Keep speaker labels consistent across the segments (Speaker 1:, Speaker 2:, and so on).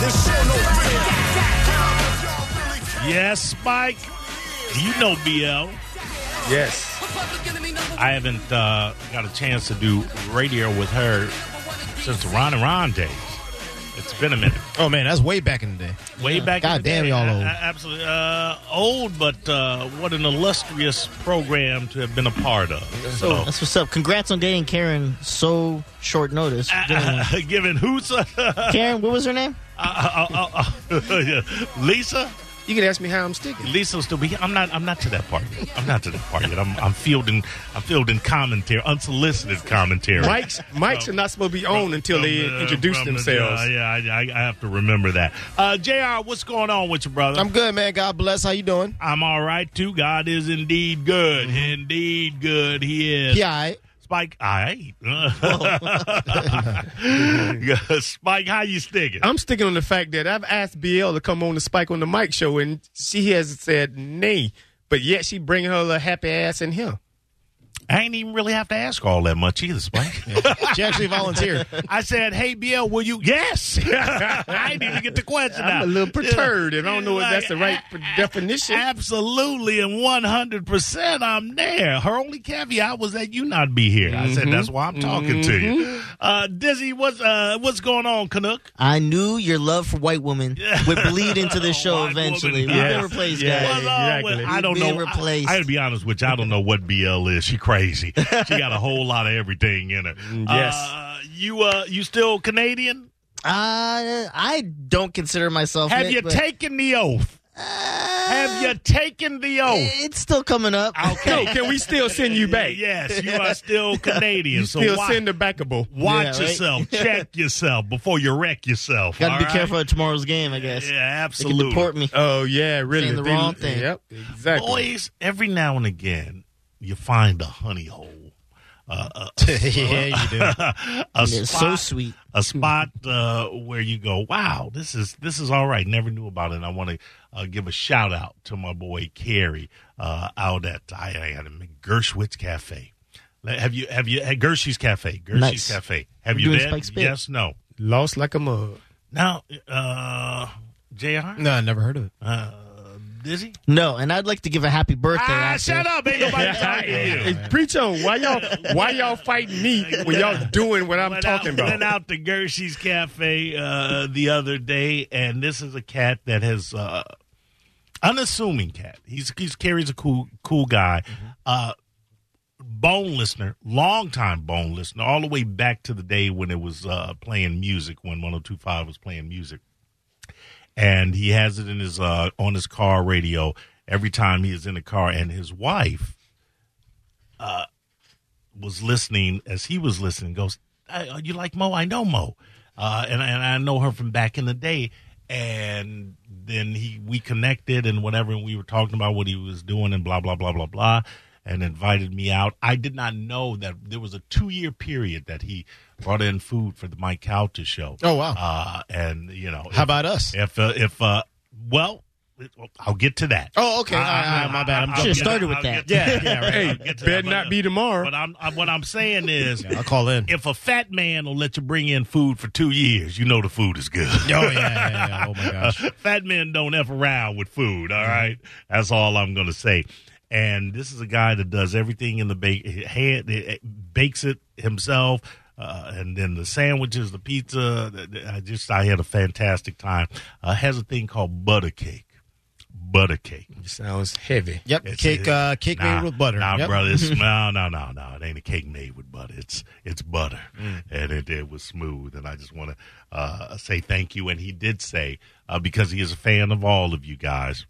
Speaker 1: This show no fear.
Speaker 2: Yes, Spike. You know BL.
Speaker 3: Yes.
Speaker 2: I haven't uh, got a chance to do radio with her since the Ron and Ron days. It's been a minute.
Speaker 3: Oh man, that's way back in the day.
Speaker 2: Way back. in
Speaker 3: God
Speaker 2: the
Speaker 3: damn,
Speaker 2: day.
Speaker 3: y'all
Speaker 2: A-
Speaker 3: old.
Speaker 2: a- Absolutely uh, old, but uh, what an illustrious program to have been a part of. So,
Speaker 4: That's what's up. Congrats on dating Karen so short notice.
Speaker 2: given who's uh, uh,
Speaker 4: Karen, what was her name?
Speaker 2: uh, uh, uh, Lisa?
Speaker 3: You can ask me how I'm sticking.
Speaker 2: Lisa's still be. I'm not. I'm not to that part. Yet. I'm not to that part yet. I'm, I'm fielding. I'm fielding commentary, unsolicited commentary.
Speaker 3: Mike's mics are not supposed to be on until they
Speaker 2: From, uh,
Speaker 3: introduce
Speaker 2: from the-
Speaker 3: themselves.
Speaker 2: yeah, yeah I, I, I have to remember that. Uh, Jr., what's going on with you, brother?
Speaker 3: I'm good, man. God bless. How you doing?
Speaker 2: I'm all right too. God is indeed good. Indeed good. He is.
Speaker 3: Mm-hmm. Yeah, all right.
Speaker 2: Spike, I Spike, how you sticking?
Speaker 3: I'm sticking on the fact that I've asked BL to come on the Spike on the Mike show, and she has said nay. But yet she bringing her little happy ass in here.
Speaker 2: I ain't even really have to ask all that much either, Spike.
Speaker 3: She actually volunteered.
Speaker 2: I said, "Hey, BL, will you?" Yes. I didn't even get the question out.
Speaker 3: I'm a little perturbed, and I don't know if
Speaker 2: Like,
Speaker 3: that's the right p- definition.
Speaker 2: Absolutely, and one hundred percent, I'm there. Her only caveat was that you not be here. I said
Speaker 3: Mm-hmm.
Speaker 2: that's why I'm talking to you. Uh, Dizzy, what's uh, what's going on, Canuck?
Speaker 4: I knew your love for white women would bleed into this show
Speaker 2: White
Speaker 4: eventually.
Speaker 2: woman.
Speaker 4: We've
Speaker 2: Yes.
Speaker 4: been replaced,
Speaker 3: Yes.
Speaker 4: guys.
Speaker 2: What's on with-
Speaker 3: exactly.
Speaker 2: I don't
Speaker 4: Being
Speaker 2: know.
Speaker 4: replaced.
Speaker 2: I, I to be honest with you, I don't know what BL is. She crazy. She got a whole lot of everything in her.
Speaker 3: Mm, yes.
Speaker 2: Uh, you uh, you still Canadian?
Speaker 4: Uh, I don't consider myself.
Speaker 2: Have
Speaker 4: it,
Speaker 2: you
Speaker 4: but,
Speaker 2: taken the oath? Have you taken the oath?
Speaker 4: uh, It's still coming up.
Speaker 3: No, can we still send you back?
Speaker 2: Yes, you are still Canadian. so
Speaker 3: Still
Speaker 2: wa-
Speaker 3: send her backable.
Speaker 2: watch
Speaker 4: Yeah, right?
Speaker 2: yourself, check yourself before you wreck yourself.
Speaker 4: Got
Speaker 2: all
Speaker 4: to be
Speaker 2: right?
Speaker 4: careful of tomorrow's game, I guess.
Speaker 2: Yeah,
Speaker 4: they can
Speaker 2: absolutely.
Speaker 4: deport me.
Speaker 3: Oh yeah, really?
Speaker 4: Saying the
Speaker 3: They-
Speaker 4: wrong thing.
Speaker 3: Yep, exactly.
Speaker 2: Boys, every now and again, you find a honey hole. Uh, a-
Speaker 3: yeah, you do.
Speaker 2: a
Speaker 4: It's so
Speaker 2: spot-
Speaker 4: sweet.
Speaker 2: a spot uh, where you go, wow, this is this is all right. Never knew about it. And I want to uh, give a shout out to my boy Carrie uh, out at I, I had him at Gershwitz Cafe. Like, Have you have you at Gershie's Cafe? Gershie's
Speaker 4: Nice.
Speaker 2: Cafe. Have
Speaker 4: We're
Speaker 2: you
Speaker 4: doing
Speaker 2: been?
Speaker 4: Spike's Bit.
Speaker 2: yes, no.
Speaker 3: Lost like a mug.
Speaker 2: Now, uh, Jr.
Speaker 3: No, I never heard of it.
Speaker 2: Uh, Dizzy.
Speaker 4: No, and I'd like to give a happy birthday.
Speaker 2: Ah,
Speaker 4: out
Speaker 2: shut
Speaker 4: there.
Speaker 2: up! Ain't nobody talking to you.
Speaker 3: Hey, preach on. Why y'all? Why y'all fighting me when y'all doing what I'm
Speaker 2: went
Speaker 3: talking
Speaker 2: out, Went
Speaker 3: about?
Speaker 2: out to Gershie's Cafe uh, the other day, and this is a cat that has uh, unassuming cat. He's he's Carrie's a cool cool guy,
Speaker 3: Mm-hmm.
Speaker 2: uh, bone listener, long time bone listener, all the way back to the day when it was uh, playing music when 102.5 was playing music and he has it in his uh, on his car radio every time he is in the car. And his wife uh, was listening as he was listening. Goes, "Uh, you like Mo? I know Mo, uh, and and I know her from back in the day. And then he we connected and whatever, and we were talking about what he was doing and blah blah blah blah blah. And invited me out. I did not know that there was a two year period that he brought in food for the Mike Calta show.
Speaker 3: Oh, wow.
Speaker 2: Uh, and you know,
Speaker 3: How about us?
Speaker 2: if uh, if uh, well, it- well, I'll get to that.
Speaker 3: Oh, okay. All right, all right, my bad. I'm
Speaker 2: I'll
Speaker 4: Should've
Speaker 2: get-
Speaker 4: started with
Speaker 2: I'll
Speaker 4: that.
Speaker 2: get to
Speaker 3: Yeah, right.
Speaker 2: I'll
Speaker 3: Hey,
Speaker 2: get to
Speaker 3: better
Speaker 2: that. But,
Speaker 3: not
Speaker 2: uh,
Speaker 3: be tomorrow.
Speaker 2: But I'm, I, what I'm saying is,
Speaker 3: I'll call in. Oh,
Speaker 2: if a fat man will let you bring in food for two years, you know the food is good.
Speaker 3: Oh yeah, yeah, yeah. Oh my gosh.
Speaker 2: fat men don't f around with food. All right, that's all I'm gonna say. And this is a guy that does everything in the bake, hand eh, bakes it himself, uh, and then the sandwiches, the pizza. th- th- I just I had a fantastic time. Uh, has a thing called butter cake. Butter cake.
Speaker 3: Sounds heavy.
Speaker 4: Yep.
Speaker 2: It's-
Speaker 3: Cake, uh, cake made with butter.
Speaker 2: Nah,
Speaker 3: Yep.
Speaker 2: brother, it's, no, no, no, no. It ain't a cake made with butter. It's it's butter,
Speaker 3: Mm.
Speaker 2: and it, it was smooth. And I just want to uh, say thank you. And he did say uh, because he is a fan of all of you guys.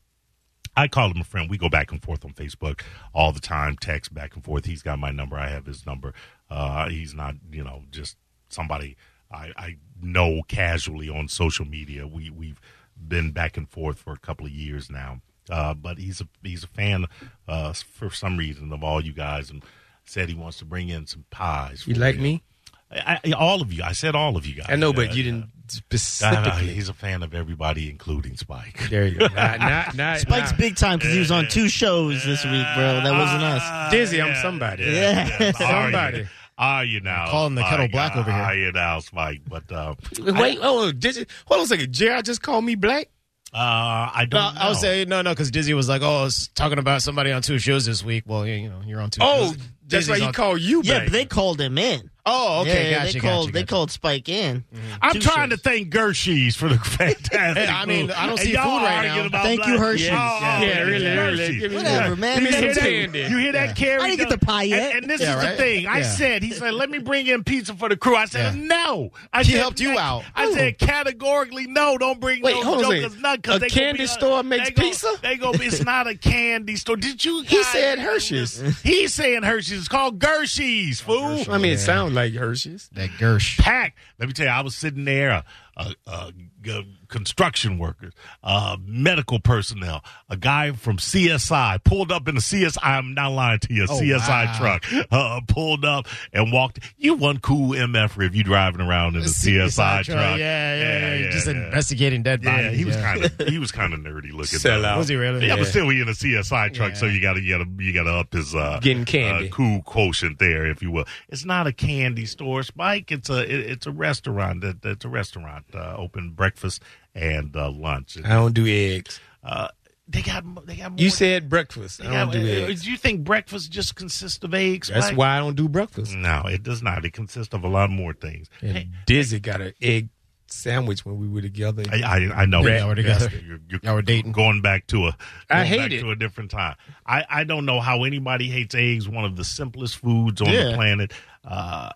Speaker 2: I call him a friend. We go back and forth on Facebook all the time, text back and forth. He's got my number. I have his number. Uh, he's not, you know, just somebody I, I know casually on social media. We we've been back and forth for a couple of years now. Uh, but he's a he's a fan uh, for some reason of all you guys, and said he wants to bring in some pies.
Speaker 3: You
Speaker 2: for
Speaker 3: like
Speaker 2: you.
Speaker 3: me?
Speaker 2: I, I, all of you. I said all of you guys.
Speaker 3: I know,
Speaker 2: Yeah,
Speaker 3: but you didn't
Speaker 2: yeah. I know.
Speaker 3: specifically.
Speaker 2: he's a fan of everybody, including Spike.
Speaker 3: There you go. Nah, nah, nah,
Speaker 4: Spike's
Speaker 3: nah.
Speaker 4: big time because he was on two shows this week, bro. That wasn't us.
Speaker 2: Uh,
Speaker 3: Dizzy, I'm somebody.
Speaker 4: Yeah.
Speaker 2: Sorry.
Speaker 3: Somebody.
Speaker 2: Are you now?
Speaker 1: calling the kettle
Speaker 2: Spike?
Speaker 1: black over here.
Speaker 2: Are you now, Spike? But uh,
Speaker 3: Wait, oh, did you, hold on a second. Jared just called me black.
Speaker 2: uh, I
Speaker 1: No,
Speaker 2: don't. know.
Speaker 1: I would say no, no, because Dizzy was like, "Oh, I was talking about somebody on two shows this week." Well, yeah, you know, you're on two.
Speaker 3: Oh,
Speaker 1: shows.
Speaker 3: that's
Speaker 1: Dizzy's
Speaker 3: why he
Speaker 1: on-
Speaker 3: called you
Speaker 4: Yeah,
Speaker 3: black.
Speaker 4: but they called him in.
Speaker 1: Oh, okay,
Speaker 4: yeah,
Speaker 1: gotcha,
Speaker 4: they
Speaker 1: gotcha,
Speaker 4: called they
Speaker 1: gotcha.
Speaker 4: called Spike in.
Speaker 2: I'm
Speaker 4: Two
Speaker 2: trying
Speaker 4: shows.
Speaker 2: to thank Gershie's for the fantastic.
Speaker 1: Hey, I mean,
Speaker 2: food.
Speaker 1: I don't
Speaker 2: And
Speaker 1: see
Speaker 2: y'all
Speaker 1: food right
Speaker 2: arguing
Speaker 1: now.
Speaker 2: about
Speaker 4: Thank you,
Speaker 2: black-
Speaker 4: Hershey's.
Speaker 2: Yeah,
Speaker 4: Yeah,
Speaker 3: yeah, really, really. Give me
Speaker 4: Whatever,
Speaker 3: that.
Speaker 4: man.
Speaker 2: You
Speaker 3: Give me
Speaker 2: hear
Speaker 3: some
Speaker 2: that?
Speaker 3: tan then.
Speaker 2: You hear that, Carrie?
Speaker 4: I didn't get
Speaker 2: Dun-
Speaker 4: the pie yet.
Speaker 2: And, and this
Speaker 1: Yeah,
Speaker 2: is
Speaker 1: right?
Speaker 2: the thing. I
Speaker 1: Yeah.
Speaker 2: said, he said, let me bring in pizza for the crew. I said,
Speaker 1: Yeah.
Speaker 2: no. I
Speaker 1: He
Speaker 2: said,
Speaker 1: helped you
Speaker 2: "No."
Speaker 1: out.
Speaker 2: I said, categorically, no. Don't bring
Speaker 3: Wait,
Speaker 2: those
Speaker 3: hold on a
Speaker 2: jokers
Speaker 3: second.
Speaker 2: none, 'cause
Speaker 3: A
Speaker 2: they gonna
Speaker 3: candy
Speaker 2: be- uh,
Speaker 3: store makes
Speaker 2: they gonna-
Speaker 3: pizza?
Speaker 2: They go. It's not a candy store. Did you?
Speaker 3: He
Speaker 2: guys
Speaker 3: said
Speaker 2: do
Speaker 3: Hershey's.
Speaker 2: this? He's saying Hershey's. It's called Gershie's. Fool.
Speaker 3: I mean, it sounds like Hershey's.
Speaker 1: that Gersh.
Speaker 2: packed. Let me tell you, I was sitting there, uh, uh, uh, g- construction workers, uh, medical personnel, a guy from CSI pulled up in a CSI, I'm not lying to you, a
Speaker 1: Oh,
Speaker 2: CSI
Speaker 1: wow.
Speaker 2: truck, uh, pulled up and walked. You one cool MF if you driving around in a CSI, truck.
Speaker 1: Yeah, yeah, yeah, just investigating dead
Speaker 2: Yeah,
Speaker 1: bodies.
Speaker 2: he was kind of he was kind of nerdy looking.
Speaker 3: Sell
Speaker 2: though.
Speaker 3: out.
Speaker 1: Was he really?
Speaker 2: Yeah,
Speaker 1: Yeah.
Speaker 2: but still, he in a CSI truck, so you gotta, you gotta, you gotta up his uh,
Speaker 3: Getting candy.
Speaker 2: uh, cool quotient there, if you will. It's not a candy store, Spike. It's a, it, it's a restaurant. That that's a restaurant uh, open breakfast and uh, lunch.
Speaker 3: I don't do eggs.
Speaker 2: Uh, they got, mo- they got. More,
Speaker 3: You said breakfast.
Speaker 2: they
Speaker 3: I don't
Speaker 2: got,
Speaker 3: do
Speaker 2: uh,
Speaker 3: eggs.
Speaker 2: do you think breakfast just consists of eggs?
Speaker 3: That's
Speaker 2: Spike?
Speaker 3: why I don't do breakfast.
Speaker 2: No, it does not. It consists of a lot more things.
Speaker 3: And Dizzy got an egg sandwich when we were together.
Speaker 2: I, I, I know.
Speaker 1: Yeah, y'all were together.
Speaker 2: You're, you're
Speaker 1: Y'all were dating.
Speaker 2: Going back to a,
Speaker 3: I
Speaker 2: going
Speaker 3: hate
Speaker 2: back
Speaker 3: it.
Speaker 2: to a different time. I, I don't know how anybody hates eggs. One of the simplest foods on the
Speaker 1: Yeah.
Speaker 2: planet, uh,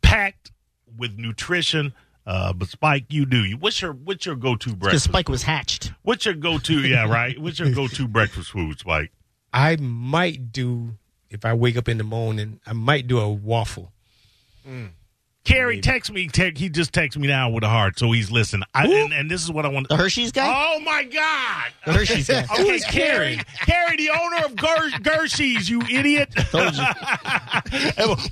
Speaker 2: packed with nutrition. Uh, but Spike, you do. You- What's your what's your go to
Speaker 4: Because
Speaker 2: breakfast?
Speaker 4: Spike was hatched.
Speaker 2: What's your go to? Yeah, right. What's your go to breakfast food, Spike?
Speaker 3: I might do if I wake up in the morning. I might do a waffle.
Speaker 2: Carrie, text me. Te- he just texted me now with a heart, so he's listening. I, and, and this is what I want.
Speaker 4: The Hershey's
Speaker 1: Uh,
Speaker 4: guy?
Speaker 2: Oh my God!
Speaker 4: The Hershey's guy.
Speaker 2: Okay, Carrie, Carrie, the owner of Ger- Gershie's, you idiot.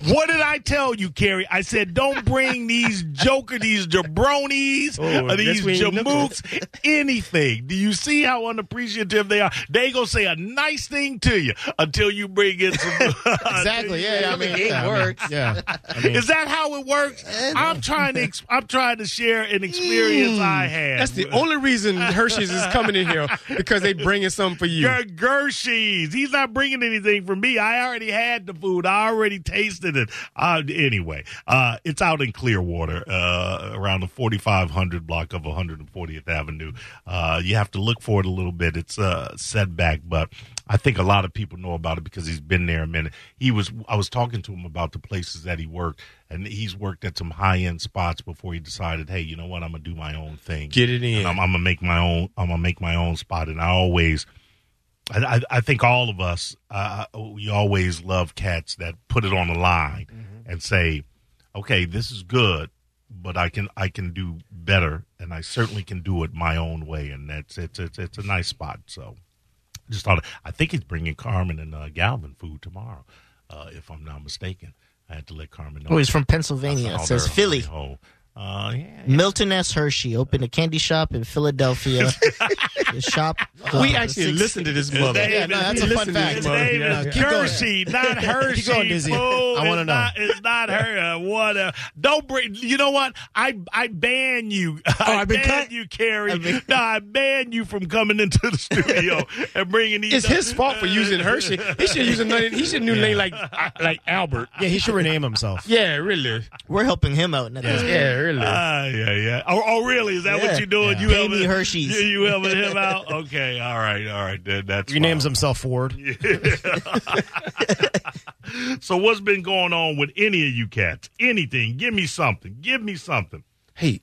Speaker 2: what did I tell you, Carrie? I said, don't bring these joker, these jabronis,
Speaker 3: Oh,
Speaker 2: or these
Speaker 3: that's where you look
Speaker 2: jamooks, anything. Do you see how unappreciative they are? They gonna say a nice thing to you until you bring in some.
Speaker 1: exactly. Yeah, yeah, I mean,
Speaker 4: It
Speaker 1: yeah, I mean,
Speaker 4: works.
Speaker 1: Yeah, I mean,
Speaker 2: Is that how it works? I'm trying to. Ex- I'm trying to share an experience I had.
Speaker 3: That's the only reason Hershey's is coming in here because they bringing some for you.
Speaker 2: Ger- Gershie's. He's not bringing anything for me. I already had the food. I already tasted it. Uh, anyway, uh, it's out in Clearwater, uh, around the 4500 block of 140th Avenue. Uh, you have to look for it a little bit. It's uh, set back, but I think a lot of people know about it because he's been there a minute. He was. I was talking to him about the places that he worked, and he's worked at some high end spots before he decided, hey, you know what? I'm gonna do my own thing.
Speaker 3: Get it in.
Speaker 2: And I'm, I'm gonna make my own. I'm gonna make my own spot, and I always. I, I, I think all of us, uh, we always love cats that put it on the line and say, "Okay, this is good, but I can I can do better, and I certainly can do it my own way." And that's it's it's, it's a nice spot. So, just thought I think he's bringing Carmen and uh, Galvin food tomorrow, uh, if I'm not mistaken. I had to let Carmen know.
Speaker 4: Oh, he's from
Speaker 2: That's
Speaker 4: Pennsylvania.
Speaker 2: all
Speaker 4: It says
Speaker 2: they're-
Speaker 4: Philly.
Speaker 2: Oh, uh, yeah.
Speaker 4: Milton S. Hershey opened a candy shop in Philadelphia. the shop. uh,
Speaker 3: we actually
Speaker 4: six-
Speaker 3: listened to this mother.
Speaker 2: name
Speaker 1: Yeah, no,
Speaker 2: is-
Speaker 1: that's a fun
Speaker 3: Listen to
Speaker 1: fact.
Speaker 2: His
Speaker 3: Come on.
Speaker 2: name
Speaker 1: Yeah,
Speaker 2: is
Speaker 1: keep going.
Speaker 2: Hershey, not Hershey.
Speaker 1: Keep going, Dizzy.
Speaker 2: fool.
Speaker 1: I wanna
Speaker 2: It's
Speaker 1: know.
Speaker 2: not- It's not her. uh, Whatever. Don't bring. You know what? I I ban you.
Speaker 1: Oh,
Speaker 2: I
Speaker 4: I've been
Speaker 2: ban
Speaker 4: cut?
Speaker 2: you, Carrie.
Speaker 4: I've been-
Speaker 2: no, I ban you from coming into the studio and bringing these.
Speaker 3: It's his fault for using Hershey. He should use another. He should new name like like Albert.
Speaker 1: yeah, he should rename himself.
Speaker 3: Yeah, really.
Speaker 4: We're helping him out. Now.
Speaker 3: Yeah, really.
Speaker 2: Ah, yeah, yeah. Oh, oh, really? Is that what
Speaker 4: Yeah.
Speaker 2: you're doing?
Speaker 1: Yeah.
Speaker 2: You
Speaker 4: Baby
Speaker 2: helping-
Speaker 4: Hershey's.
Speaker 2: You, you helping him out? Okay, all right, all right. Then that's
Speaker 1: He names
Speaker 2: fine.
Speaker 1: himself Ford.
Speaker 2: So what's been going on with any of you cats? Anything? Give me something. Give me something.
Speaker 3: hey,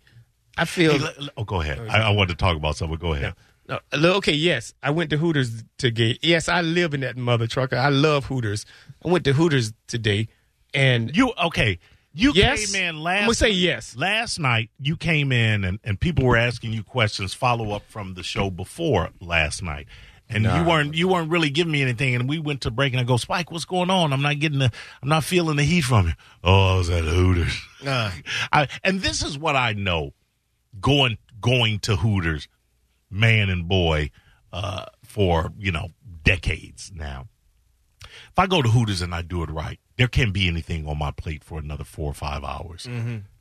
Speaker 3: I feel.
Speaker 2: Hey, le- le- oh, go ahead. I, I want to talk about something. Go ahead.
Speaker 3: No, look, okay, yes, I went to Hooters today. Yes, I live in that mother trucker. I love Hooters. I went to Hooters today, and
Speaker 2: You okay? You
Speaker 3: yes,
Speaker 2: came in
Speaker 3: I'm gonna
Speaker 2: last
Speaker 3: say yes.
Speaker 2: last night. You came in and, and people were asking you questions, follow up from the show before last night, and you weren't you weren't really giving me anything. And we went to break, and I go, Spike, what's going on? I'm not getting the I'm not feeling the heat from you. Oh, I was at Hooters.
Speaker 1: Nah.
Speaker 2: I, and this is what I know going going to Hooters, man and boy, uh, for you know decades now. If I go to Hooters and I do it right, there can't be anything on my plate for another four or five hours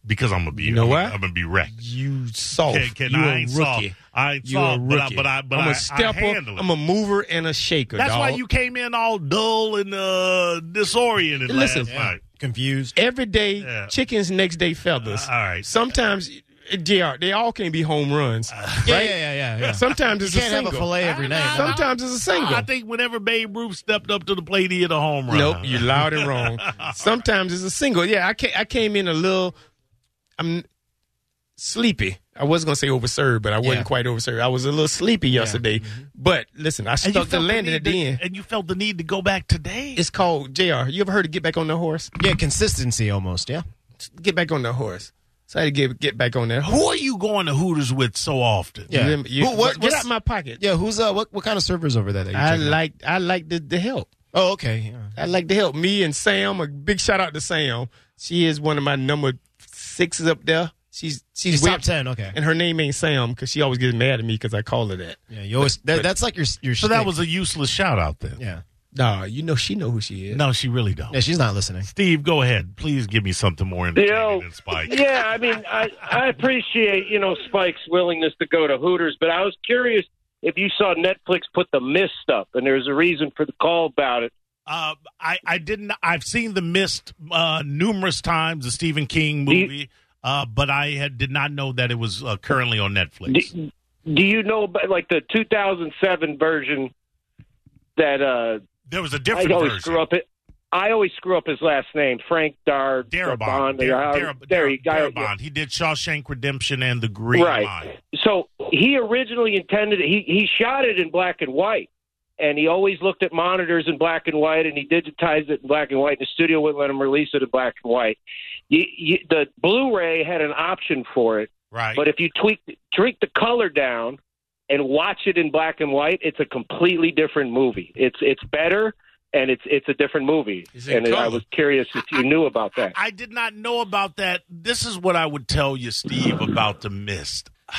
Speaker 2: because I'm gonna be
Speaker 3: You know
Speaker 2: I'm,
Speaker 3: what?
Speaker 2: I'm gonna be wrecked.
Speaker 3: You soft.
Speaker 2: Can, can
Speaker 3: you
Speaker 2: I
Speaker 3: a
Speaker 2: ain't soft.
Speaker 3: rookie.
Speaker 2: I ain't
Speaker 3: You a
Speaker 2: soft, but I,
Speaker 3: rookie.
Speaker 2: but I, but
Speaker 3: I'm
Speaker 2: I-
Speaker 3: a stepper.
Speaker 2: I handle it.
Speaker 3: I'm a mover and a shaker.
Speaker 2: That's why
Speaker 3: dawg.
Speaker 2: you came in all dull and uh, disoriented
Speaker 3: Listen.
Speaker 2: last night.
Speaker 1: Confused.
Speaker 3: every day
Speaker 2: Yeah.
Speaker 3: chickens next day feathers.
Speaker 2: Uh, all right. Uh,
Speaker 3: Sometimes, uh, Jr. They all can't be home runs.
Speaker 1: Yeah, yeah, yeah, yeah.
Speaker 3: Sometimes it's
Speaker 1: you can't
Speaker 3: a
Speaker 1: have
Speaker 3: single.
Speaker 1: a fillet every night.
Speaker 3: Sometimes it's a single.
Speaker 2: I think whenever Babe Ruth stepped up to the plate, he hit a home run.
Speaker 3: Nope, you loud and wrong. Sometimes it's a single. Yeah, I came, I came in a little. I'm sleepy. I was gonna say overserved, but I wasn't
Speaker 1: Yeah. Mm-hmm.
Speaker 3: quite overserved. I was a little sleepy yesterday. But listen, I
Speaker 2: And you
Speaker 3: stuck the
Speaker 2: felt
Speaker 3: landing
Speaker 2: need
Speaker 3: at the
Speaker 2: to-
Speaker 3: end.
Speaker 2: And you felt the need to go back today.
Speaker 3: It's called Jr. You ever heard of get back on the horse?
Speaker 1: Yeah, consistency almost. Yeah.
Speaker 3: Get back on the horse. So I had to get get back on there.
Speaker 2: Who are you going to Hooters with so often?
Speaker 1: Yeah.
Speaker 3: You- you-
Speaker 1: Who- what-
Speaker 3: get
Speaker 1: what's-
Speaker 3: out my pocket.
Speaker 1: Yeah. Who's uh? What what kind of servers over there? That you're
Speaker 3: I
Speaker 1: checking out?
Speaker 3: like I like the, the help.
Speaker 1: Oh, okay. Yeah.
Speaker 3: I like the help. Me and Sam. A big shout out to Sam. She is one of my number sixes up there. She's she's,
Speaker 1: He's
Speaker 3: way
Speaker 1: top
Speaker 3: up-
Speaker 1: ten. Okay.
Speaker 3: And her name ain't Sam because she always gets mad at me because I call her that.
Speaker 1: Yeah. You always. That, that's like your your.
Speaker 2: So that
Speaker 1: shtick.
Speaker 2: was a useless shout out then.
Speaker 1: Yeah.
Speaker 3: Nah, you know she know who she is.
Speaker 2: No, she really don't.
Speaker 1: Yeah. She's not listening.
Speaker 2: Steve, go ahead. Please give me something more entertaining
Speaker 5: Yo.
Speaker 2: than Spike.
Speaker 5: Yeah, I mean, I, I appreciate, you know, Spike's willingness to go to Hooters, but I was curious if you saw Netflix put the mist up, and there's a reason for the call about it.
Speaker 2: Uh, I, I didn't. I've seen The Mist uh, numerous times, the Stephen King
Speaker 5: Do you-
Speaker 2: movie, uh, but I had, did not know that it was uh, currently on Netflix.
Speaker 5: Do, do you know about, like, the 2007 version that uh,
Speaker 2: there was a
Speaker 5: I
Speaker 2: different
Speaker 5: always
Speaker 2: version.
Speaker 5: screw up it? I always screw up his last name, Frank Dar
Speaker 2: Darabont.
Speaker 5: Darabont, or how-
Speaker 2: Darab-
Speaker 5: there you go.
Speaker 2: Darabont. He did Shawshank Redemption and The Green
Speaker 5: Right.
Speaker 2: Mile.
Speaker 5: so he originally intended he he shot it in black and white and he always looked at monitors in black and white and he digitized it in black and white and the studio wouldn't let him release it in black and white you, you, the blu-ray had an option for it
Speaker 2: Right.
Speaker 5: but if you tweak tweak the color down and watch it in black and white it's a completely different movie it's it's better and it's it's a different movie
Speaker 3: It's in
Speaker 5: and i
Speaker 3: color.
Speaker 5: was curious if you knew about that
Speaker 2: I did not know about that. This is what I would tell you, Steve, about the mist.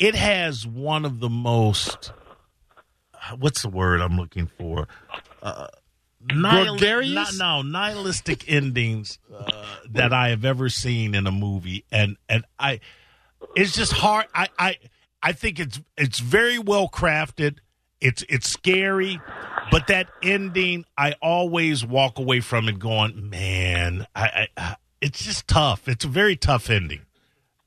Speaker 2: It has one of the most. What's the word I'm looking for? Uh, nihil-
Speaker 3: Gregarious?
Speaker 2: ni- no, nihilistic endings uh, that I have ever seen in a movie, and and I, it's just hard. I I I think it's it's very well crafted. It's it's scary, but that ending, I always walk away from it going, man, I, I, I it's just tough. It's a very tough ending.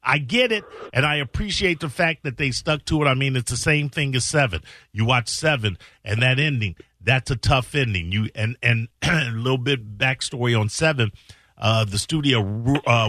Speaker 2: I get it, and I appreciate the fact that they stuck to it. I mean, it's the same thing as Seven. You watch Seven, and that ending, that's a tough ending. You and and a little bit backstory on Seven. Uh, the studio, uh,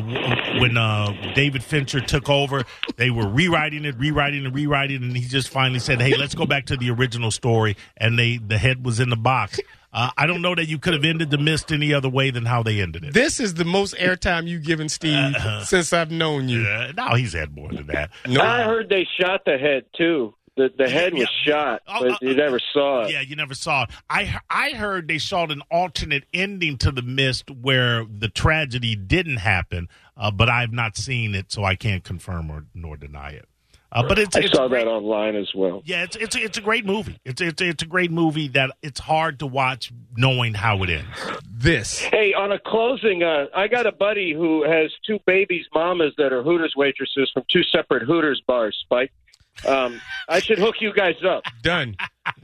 Speaker 2: when uh, David Fincher took over, they were rewriting it, rewriting and rewriting, it, and he just finally said, "Hey, let's go back to the original story." And they, the head was in the box. Uh, I don't know that you could have ended the mist any other way than how they ended it.
Speaker 3: This is the most airtime you've given Steve
Speaker 1: Uh-huh.
Speaker 3: since I've known you.
Speaker 2: Uh, now he's had more than that.
Speaker 3: No,
Speaker 5: i heard they shot the head too the, the head was
Speaker 2: Yeah.
Speaker 5: shot
Speaker 2: Oh,
Speaker 5: but
Speaker 2: uh,
Speaker 5: you never saw it
Speaker 2: Yeah, you never saw it. I he- I heard they shot an alternate ending to the mist where the tragedy didn't happen, uh, but I've not seen it, so I can't confirm or nor deny it. Uh, but it's,
Speaker 5: I
Speaker 2: it's
Speaker 5: saw
Speaker 2: great.
Speaker 5: that online as well.
Speaker 2: Yeah, it's it's it's a great movie. It's it's it's a great movie that it's hard to watch knowing how it ends.
Speaker 3: this.
Speaker 5: Hey, on a closing, uh, I got a buddy who has two babies' mamas that are Hooters waitresses from two separate Hooters bars. Spike, um, I should hook you guys up.
Speaker 3: Done.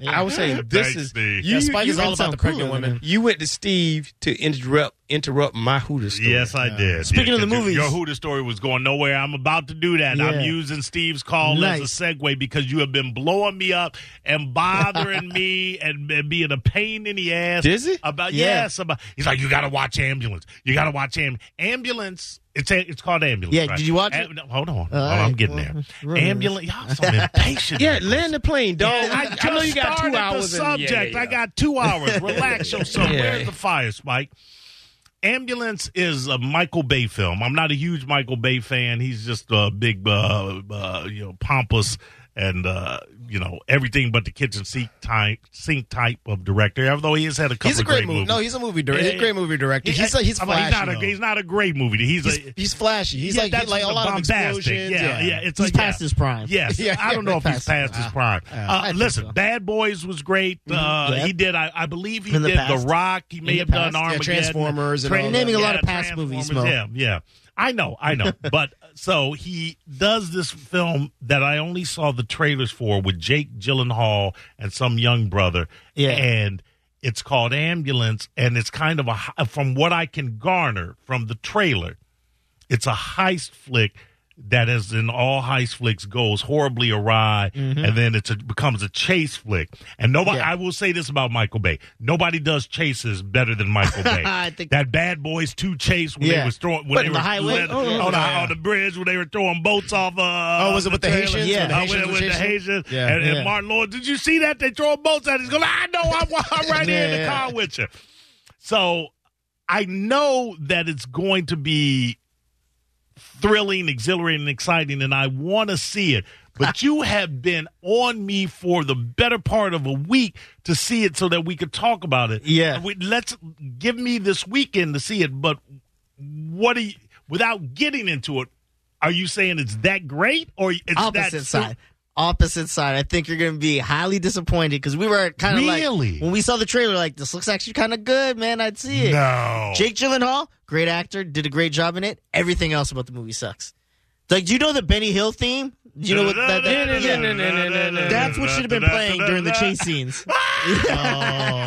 Speaker 3: I was saying this
Speaker 2: Thanks,
Speaker 3: is
Speaker 2: Steve.
Speaker 3: you.
Speaker 1: Yeah, Spike
Speaker 3: you
Speaker 1: is all
Speaker 3: went-
Speaker 1: about the pregnant
Speaker 4: cooler than
Speaker 1: women.
Speaker 3: You went to Steve to interrupt interrupt my Hooters story.
Speaker 2: I did.
Speaker 4: Speaking of the
Speaker 2: 'cause your-
Speaker 4: movies-
Speaker 2: your Hooter story was going nowhere. I'm about to do that. I'm
Speaker 4: Yeah.
Speaker 2: using Steve's call
Speaker 4: Nice.
Speaker 2: as a segue because you have been blowing me up and bothering me and, and being a pain in the ass.
Speaker 3: Dizzy?
Speaker 2: about
Speaker 4: Yeah.
Speaker 2: yes, about he's like you got to watch ambulance. You got to watch am- ambulance. It's a, it's called ambulance.
Speaker 4: Yeah,
Speaker 2: right?
Speaker 4: did you watch it?
Speaker 2: Am- no, hold on, hold
Speaker 4: All
Speaker 2: on, I'm
Speaker 4: right,
Speaker 2: getting
Speaker 4: well,
Speaker 2: there.
Speaker 4: it's ruined.
Speaker 2: Ambulance. Y'all so impatient.
Speaker 3: Yeah,
Speaker 2: with this.
Speaker 3: land the plane, dog.
Speaker 2: I, just
Speaker 3: know you got
Speaker 2: started
Speaker 3: two hours.
Speaker 2: The
Speaker 3: in- yeah,
Speaker 2: subject.
Speaker 3: yeah,
Speaker 2: I
Speaker 3: yeah.
Speaker 2: got two hours. Relax yourself.
Speaker 3: Yeah.
Speaker 2: Where's the fire, Spike? Ambulance is a Michael Bay film. I'm not a huge Michael Bay fan. He's just a big, uh, uh, you know, pompous and uh, you know everything but the kitchen sink type, sink type of director. Although he has had a couple
Speaker 1: He's a
Speaker 2: of
Speaker 1: great,
Speaker 2: great
Speaker 1: movie.
Speaker 2: movies.
Speaker 1: No, he's a movie director.
Speaker 2: Yeah,
Speaker 1: he's a great movie director. he's a, he's
Speaker 2: I mean,
Speaker 1: flashy.
Speaker 2: not a,
Speaker 1: though.
Speaker 2: he's not a great movie. He's,
Speaker 1: he's,
Speaker 2: a
Speaker 1: he's flashy. He's
Speaker 2: yeah,
Speaker 1: like,
Speaker 2: that's
Speaker 1: he's like a
Speaker 2: the
Speaker 1: lot of
Speaker 2: bombastic.
Speaker 1: explosions.
Speaker 2: Yeah, yeah, it's
Speaker 4: He's
Speaker 2: like,
Speaker 4: past
Speaker 2: yeah.
Speaker 4: his prime.
Speaker 2: Yes,
Speaker 1: Yeah,
Speaker 2: I don't
Speaker 1: yeah,
Speaker 2: know if he's
Speaker 4: past
Speaker 2: past
Speaker 4: his
Speaker 2: his prime.
Speaker 4: I
Speaker 2: Uh,
Speaker 4: think
Speaker 2: listen,
Speaker 4: so.
Speaker 2: Bad Boys was great. Uh,
Speaker 4: yeah.
Speaker 2: He did, I, I believe, he
Speaker 4: In the
Speaker 2: did
Speaker 4: past.
Speaker 2: The Rock. He may
Speaker 4: the
Speaker 2: have
Speaker 4: past.
Speaker 2: done
Speaker 4: Yeah,
Speaker 2: Armageddon,
Speaker 1: Transformers and
Speaker 2: Tran-
Speaker 1: all
Speaker 4: that. Naming a lot of past movies, Mo.
Speaker 2: Transformers, Yeah, yeah. I know, I know. but uh, so he does this film that I only saw the trailers for with Jake Gyllenhaal and some young brother.
Speaker 4: Yeah.
Speaker 2: and. It's called Ambulance, and it's kind of a, hi- from what I can garner from the trailer, it's a heist flick that, as in all heist flicks, goes horribly awry, and then it's a, becomes a chase flick. And nobody,
Speaker 4: Mm-hmm. Yeah.
Speaker 2: I will say this about Michael Bay: nobody does chases better than Michael Bay.
Speaker 4: I think-
Speaker 2: that Bad Boys Two chase when
Speaker 4: Yeah.
Speaker 2: they was throwing, when
Speaker 4: But
Speaker 2: they
Speaker 4: in the
Speaker 2: were
Speaker 4: highway?
Speaker 2: let-
Speaker 4: Oh, yeah.
Speaker 2: on, the,
Speaker 1: Yeah.
Speaker 2: on the bridge when they were throwing boats off. Uh, oh,
Speaker 1: was it with the Haitians?
Speaker 4: When the
Speaker 2: Yeah, with,
Speaker 1: Haitians
Speaker 2: with
Speaker 1: was
Speaker 2: the
Speaker 1: chasing?
Speaker 2: Haitians.
Speaker 1: Yeah.
Speaker 2: And, and
Speaker 4: Yeah.
Speaker 2: Martin Lord, did you see that? They throwing boats at. He's going, I know, I'm, I'm right here in
Speaker 1: Yeah,
Speaker 2: the
Speaker 1: yeah.
Speaker 2: car with you. So I know that it's going to be thrilling, exhilarating, and exciting, and I want to see it. But you have been on me for the better part of a week to see it so that we could talk about it.
Speaker 4: Yeah.
Speaker 2: We- let's give me this weekend to see it. But what do you, without getting into it, are you saying it's that great or it's that
Speaker 4: opposite
Speaker 2: su-
Speaker 4: side. Opposite side. I think you're going to be highly disappointed because we were kind of
Speaker 2: Really?
Speaker 4: like when we saw the trailer, like this looks actually kind of good, man. I'd see it.
Speaker 2: No.
Speaker 4: Jake Gyllenhaal, great actor, did a great job in it. Everything else about the movie sucks. Like, do you know the Benny Hill theme? Do you know what that, that- yeah. That's what should have been playing during the chase scenes.
Speaker 1: Oh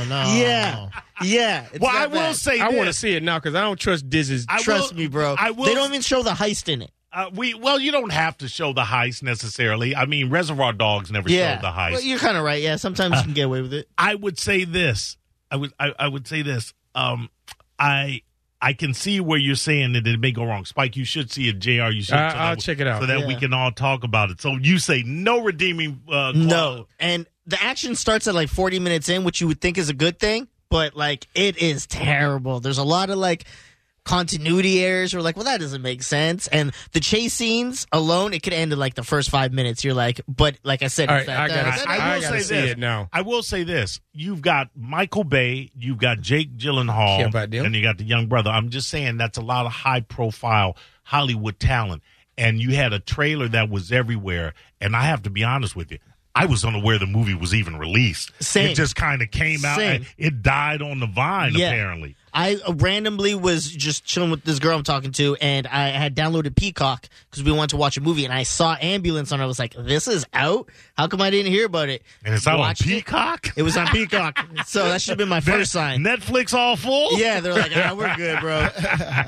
Speaker 1: no.
Speaker 4: Yeah, yeah. It's
Speaker 2: Well,
Speaker 4: that
Speaker 2: I will
Speaker 4: bad.
Speaker 2: say
Speaker 3: I want to
Speaker 2: this.
Speaker 3: see it now because I don't trust Dizzy's.
Speaker 2: I
Speaker 4: Trust
Speaker 2: will-
Speaker 4: me, bro.
Speaker 2: I will-
Speaker 4: They don't even show the heist in it.
Speaker 2: Uh, we well, you don't have to show the heist necessarily. I mean, Reservoir Dogs never
Speaker 4: Yeah,
Speaker 2: showed the heist.
Speaker 4: Well, you're kind of right. Yeah, sometimes you can get away with it.
Speaker 2: I would say this. I would I, I would say this. Um, I I can see where you're saying that it may go wrong. Spike, you should see it. Jr. You should.
Speaker 3: I-
Speaker 2: so
Speaker 3: I'll
Speaker 2: that-
Speaker 3: check it out.
Speaker 2: so that we
Speaker 4: Yeah.
Speaker 2: can all talk about it. So you say no redeeming. Uh, clause.
Speaker 4: No, and the action starts at like 40 minutes in, which you would think is a good thing, but like it is terrible. There's a lot of like continuity errors. We're like, well, that doesn't make sense. And the chase scenes alone, it could end in like the first five minutes. You're like, but like I said,
Speaker 3: All
Speaker 4: it's
Speaker 3: right,
Speaker 4: that-
Speaker 3: I
Speaker 4: that-
Speaker 3: gotta,
Speaker 4: that-
Speaker 2: I-
Speaker 3: I,
Speaker 2: I will
Speaker 3: gotta
Speaker 2: say
Speaker 3: see
Speaker 2: this.
Speaker 3: it now.
Speaker 2: I will say this: you've got Michael Bay, you've got Jake Gyllenhaal,
Speaker 3: Care about them.
Speaker 2: and you got the young brother. I'm just saying that's a lot of high-profile Hollywood talent, and you had a trailer that was everywhere. And I have to be honest with you. I was unaware the movie was even released.
Speaker 4: Same.
Speaker 2: It just kind of came out.
Speaker 4: Same.
Speaker 2: and It died on the vine,
Speaker 4: Yeah.
Speaker 2: apparently.
Speaker 4: I randomly was just chilling with this girl I'm talking to, and I had downloaded Peacock because we wanted to watch a movie, and I saw Ambulance, and I was like, "This is out. How come I didn't hear about it?"
Speaker 2: And it's out on
Speaker 4: Watched it.
Speaker 2: Peacock.
Speaker 4: It was on Peacock, so that should have been my first sign.
Speaker 2: Netflix all full.
Speaker 4: Yeah, they're like, ah, we're good, bro.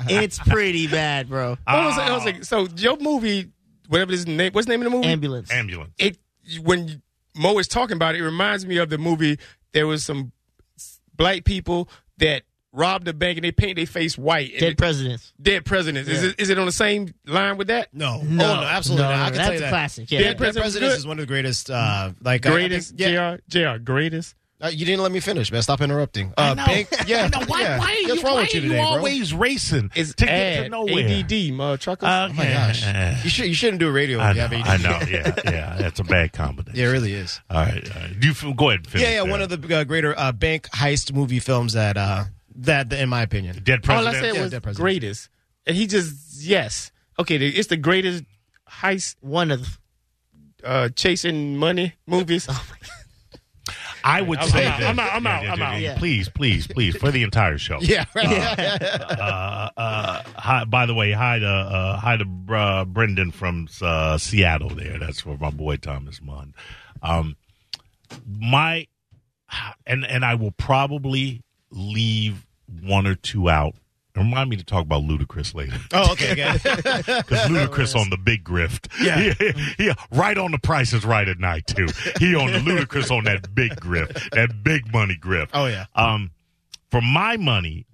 Speaker 4: it's pretty bad, bro.
Speaker 3: I was, I was like, so your movie, whatever this name, what's the name of the movie?
Speaker 4: Ambulance.
Speaker 2: Ambulance.
Speaker 3: it when Mo is talking about it, it reminds me of the movie. There was some black people that robbed a bank and they painted their face white. and
Speaker 4: Dead
Speaker 3: the-
Speaker 4: presidents.
Speaker 3: dead presidents. Is,
Speaker 4: Yeah.
Speaker 3: it, is it on the same line with that?
Speaker 1: No.
Speaker 4: No,
Speaker 1: oh, no, absolutely
Speaker 4: no,
Speaker 1: not. I
Speaker 4: no,
Speaker 1: can
Speaker 4: that's
Speaker 1: tell you
Speaker 4: a
Speaker 1: that.
Speaker 4: classic. Yeah,
Speaker 1: Yeah,
Speaker 3: Dead President's
Speaker 1: Presidents
Speaker 3: good.
Speaker 1: is one of the greatest. Uh, like I- I
Speaker 3: Greatest,
Speaker 1: think- yeah,
Speaker 3: Jr. Jr. Greatest.
Speaker 1: Uh, you didn't let me finish, man. Stop interrupting. Uh,
Speaker 2: know.
Speaker 1: Bank, yeah,
Speaker 2: I know. Why,
Speaker 1: yeah.
Speaker 2: why are you,
Speaker 1: What's wrong
Speaker 2: why
Speaker 1: with you
Speaker 2: are
Speaker 1: today,
Speaker 2: you
Speaker 1: bro? Oh
Speaker 2: always racing
Speaker 3: It's
Speaker 2: to
Speaker 3: ad,
Speaker 2: get to nowhere?
Speaker 3: ADD, mother trucker.
Speaker 2: Uh,
Speaker 1: Oh my gosh, you should you shouldn't do radio.
Speaker 2: I
Speaker 1: If
Speaker 2: know,
Speaker 1: you have ADD.
Speaker 2: I know, yeah, yeah. That's a bad combination.
Speaker 1: Yeah, it really is.
Speaker 2: All right, all right. You f- go ahead and finish.
Speaker 1: Yeah, yeah.
Speaker 2: there.
Speaker 1: One of the uh, greater uh, bank heist movie films that uh, that, in my opinion,
Speaker 2: dead
Speaker 3: All I
Speaker 2: presidents.
Speaker 3: said
Speaker 1: Yeah,
Speaker 3: was
Speaker 1: dead presidents.
Speaker 3: greatest, and he just yes. Okay, the- it's the greatest heist
Speaker 4: one of. the-
Speaker 3: uh, chasing money movies.
Speaker 2: I would
Speaker 3: I'm
Speaker 2: say
Speaker 3: out,
Speaker 2: this.
Speaker 3: I'm out, I'm
Speaker 2: Yeah,
Speaker 3: out,
Speaker 2: yeah,
Speaker 3: I'm
Speaker 2: yeah,
Speaker 3: out.
Speaker 2: yeah.
Speaker 4: Yeah.
Speaker 2: Please, please, please, for the entire show.
Speaker 1: yeah, right.
Speaker 2: Uh, uh, hi, by the way, hi to uh, hi to uh, Brendan from uh, Seattle. There, that's for my boy Thomas Munn. Um, my and and I will probably leave one or two out. Remind me to talk about Ludacris later.
Speaker 1: oh, okay, good.
Speaker 2: Because Ludacris on the big grift.
Speaker 1: Yeah.
Speaker 2: yeah. Right on the price is right at night, too. He on the Ludacris on that big grift, that big money grift.
Speaker 1: Oh yeah.
Speaker 2: Um, for my money,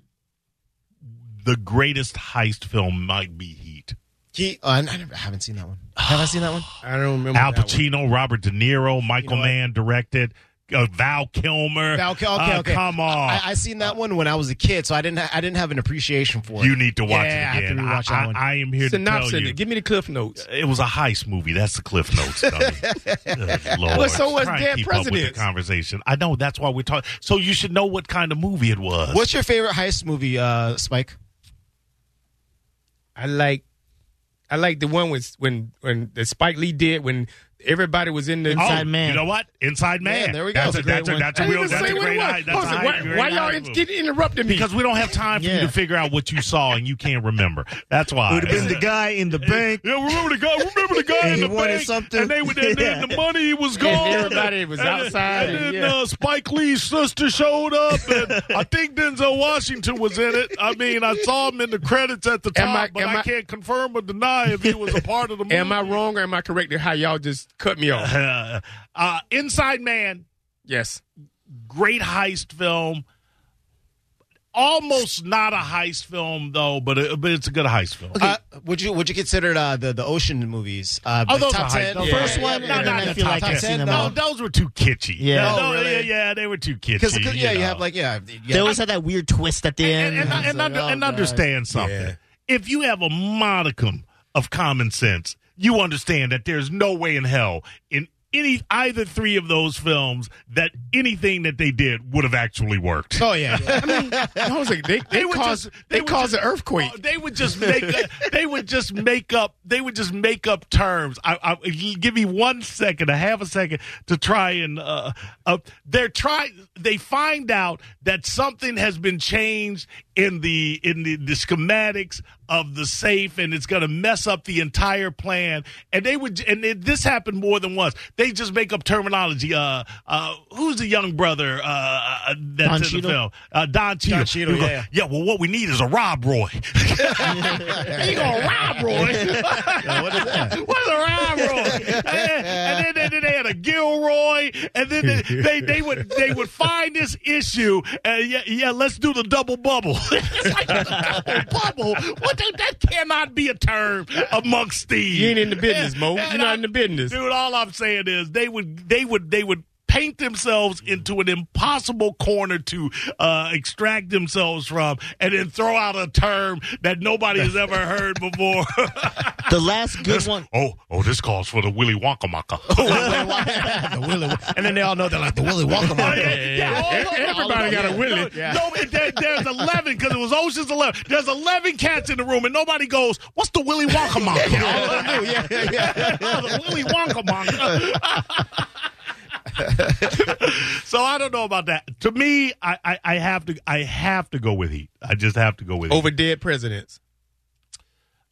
Speaker 2: the greatest heist film might be Heat.
Speaker 1: He, uh, I never- I haven't seen that one. Have I seen that one?
Speaker 3: I don't remember.
Speaker 2: Al
Speaker 3: that one.
Speaker 2: Pacino, Robert De Niro, Michael
Speaker 1: know what?
Speaker 2: Mann directed. uh, Val Kilmer.
Speaker 1: Val Kil- okay,
Speaker 2: Uh,
Speaker 1: okay.
Speaker 2: Come on.
Speaker 1: I, I seen that one when I was a kid, so I didn't. Ha- I didn't have an appreciation for it.
Speaker 2: you need to watch
Speaker 1: Yeah, I have
Speaker 2: it
Speaker 1: to
Speaker 2: again.
Speaker 1: rewatch that one.
Speaker 2: I am here
Speaker 3: Synopsis.
Speaker 2: to tell
Speaker 3: in
Speaker 2: you.
Speaker 3: it. Give me the cliff notes.
Speaker 2: It was a heist movie. That's the cliff notes. dummy. Good Lord.
Speaker 3: Well, so was
Speaker 2: Try and
Speaker 3: Dead
Speaker 2: keep up with the
Speaker 3: Presidents.
Speaker 2: conversation. I know. That's why we're talking. So you should know what kind of movie it was.
Speaker 1: What's your favorite heist movie, uh, Spike?
Speaker 3: I like. I like the one with when when that Spike Lee did when everybody was in the
Speaker 2: Oh,
Speaker 4: Inside Man.
Speaker 2: You know what? Inside Man.
Speaker 1: there we go.
Speaker 2: That's a,
Speaker 1: It's a
Speaker 2: that's a,
Speaker 1: great
Speaker 2: that's
Speaker 3: I
Speaker 2: a
Speaker 3: didn't
Speaker 2: real
Speaker 3: even
Speaker 2: that's
Speaker 3: say
Speaker 2: a
Speaker 3: what it
Speaker 2: great
Speaker 3: was.
Speaker 2: eye.
Speaker 3: I was
Speaker 2: That's a
Speaker 3: like,
Speaker 2: high-
Speaker 3: why,
Speaker 2: great
Speaker 3: why
Speaker 2: eye
Speaker 3: y'all in-
Speaker 2: movie.
Speaker 3: keep interrupting me?
Speaker 2: Because we don't have time for you
Speaker 4: Yeah.
Speaker 2: to figure out what you saw and you can't remember. That's why.
Speaker 4: would have been the guy in the bank.
Speaker 2: Yeah, remember the guy? Remember the guy
Speaker 4: And
Speaker 2: in
Speaker 4: he
Speaker 2: the
Speaker 4: wanted
Speaker 2: bank?
Speaker 4: something.
Speaker 2: And they were there,
Speaker 4: Yeah.
Speaker 2: and the money was gone.
Speaker 3: everybody was
Speaker 2: And then-
Speaker 3: outside
Speaker 2: And,
Speaker 3: and-
Speaker 2: then
Speaker 3: yeah.
Speaker 2: uh, Spike Lee's sister showed up, and I think Denzel Washington was in it. I mean, I saw him in the credits at the top,
Speaker 3: Am I-
Speaker 2: but
Speaker 3: am
Speaker 2: I,
Speaker 3: I-
Speaker 2: can't confirm or deny if he was a part of the movie.
Speaker 3: Am I wrong or am I correct in how y'all just cut me off?
Speaker 2: Uh, uh, Inside Man,
Speaker 3: Yes.
Speaker 2: great heist film. Almost not a heist film though, but it, but it's a good heist film.
Speaker 1: Uh, would you Would you consider uh, the the ocean movies? Uh,
Speaker 2: Oh,
Speaker 1: the
Speaker 2: those are
Speaker 1: top ten.
Speaker 2: hype. Those
Speaker 1: Yeah.
Speaker 2: first
Speaker 1: Yeah,
Speaker 2: one,
Speaker 1: yeah,
Speaker 2: no,
Speaker 1: yeah,
Speaker 2: no,
Speaker 1: yeah.
Speaker 2: the
Speaker 4: I feel
Speaker 2: top
Speaker 4: like
Speaker 1: ten.
Speaker 4: I've seen them
Speaker 1: No,
Speaker 4: all.
Speaker 2: No, those were too kitschy.
Speaker 4: Yeah.
Speaker 2: No,
Speaker 1: Oh, really?
Speaker 2: yeah, yeah, they were too kitschy.
Speaker 1: Because yeah, you
Speaker 2: know.
Speaker 1: have like yeah,
Speaker 4: They
Speaker 1: yeah.
Speaker 4: always had that weird twist at the
Speaker 2: and,
Speaker 4: end.
Speaker 2: and, and,
Speaker 4: It's like,
Speaker 2: under-
Speaker 4: oh,
Speaker 2: and
Speaker 4: God.
Speaker 2: understand something.
Speaker 3: Yeah.
Speaker 2: If you have a modicum of common sense, you understand that there's no way in hell in any either three of those films that anything that they did would have actually worked.
Speaker 1: Oh yeah, yeah.
Speaker 3: I was like, they, they,
Speaker 2: would
Speaker 3: caused,
Speaker 2: just-
Speaker 3: they
Speaker 2: would
Speaker 3: caused
Speaker 2: just-
Speaker 3: an earthquake.
Speaker 2: oh, they would just make. they would just make up. They would just make up terms. I, I you give me one second, a half a second to try and. Uh, uh, they're try. They find out that something has been changed in the in the, the schematics of the safe, and it's going to mess up the entire plan. And they would. And it, this happened more than once. They just make up terminology. Uh, uh, who's the young brother? Uh, that's
Speaker 4: Don
Speaker 2: in the
Speaker 4: Cheadle?
Speaker 2: film. Uh, Don Cheadle.
Speaker 1: Cheadle,
Speaker 2: You go,
Speaker 1: yeah.
Speaker 2: yeah, well, what we need is a Rob Roy. he gonna Rob Roy.
Speaker 1: what is that?
Speaker 2: What's a Rob Roy? And then, and then- then- then they had a Gilroy, and then they, they they would they would find this issue, and yeah, yeah, let's do the double bubble. it's like the double bubble. What the, that cannot be a term amongst thieves.
Speaker 3: You ain't in the business, Mo.
Speaker 2: And
Speaker 3: You're not
Speaker 2: I-
Speaker 3: in the business.
Speaker 2: Dude, all I'm saying is they would they would they would paint themselves into an impossible corner to uh, extract themselves from and then throw out a term that nobody has ever heard before.
Speaker 4: The last good one.
Speaker 2: oh, oh, this calls for the Willy Wonka maca.
Speaker 1: the Willy, and then they all know they're like the Willy Wonka.
Speaker 2: Yeah,
Speaker 1: Monkey.
Speaker 2: yeah, yeah.
Speaker 3: yeah.
Speaker 2: All of them.
Speaker 3: Everybody
Speaker 2: All of
Speaker 3: got a
Speaker 2: them.
Speaker 3: Willy.
Speaker 2: No,
Speaker 3: Yeah.
Speaker 2: No, it- there- there's 11 because it was Ocean's 11. There's 11 cats in the room and nobody goes, what's the Willy Wonka maca? All of them do, yeah, yeah, yeah. Oh, the Willy Wonka maca. so I don't know about that. To me, I, I, I have to I have to go with Heat. I just have to go with Heat.
Speaker 3: Over dead presidents.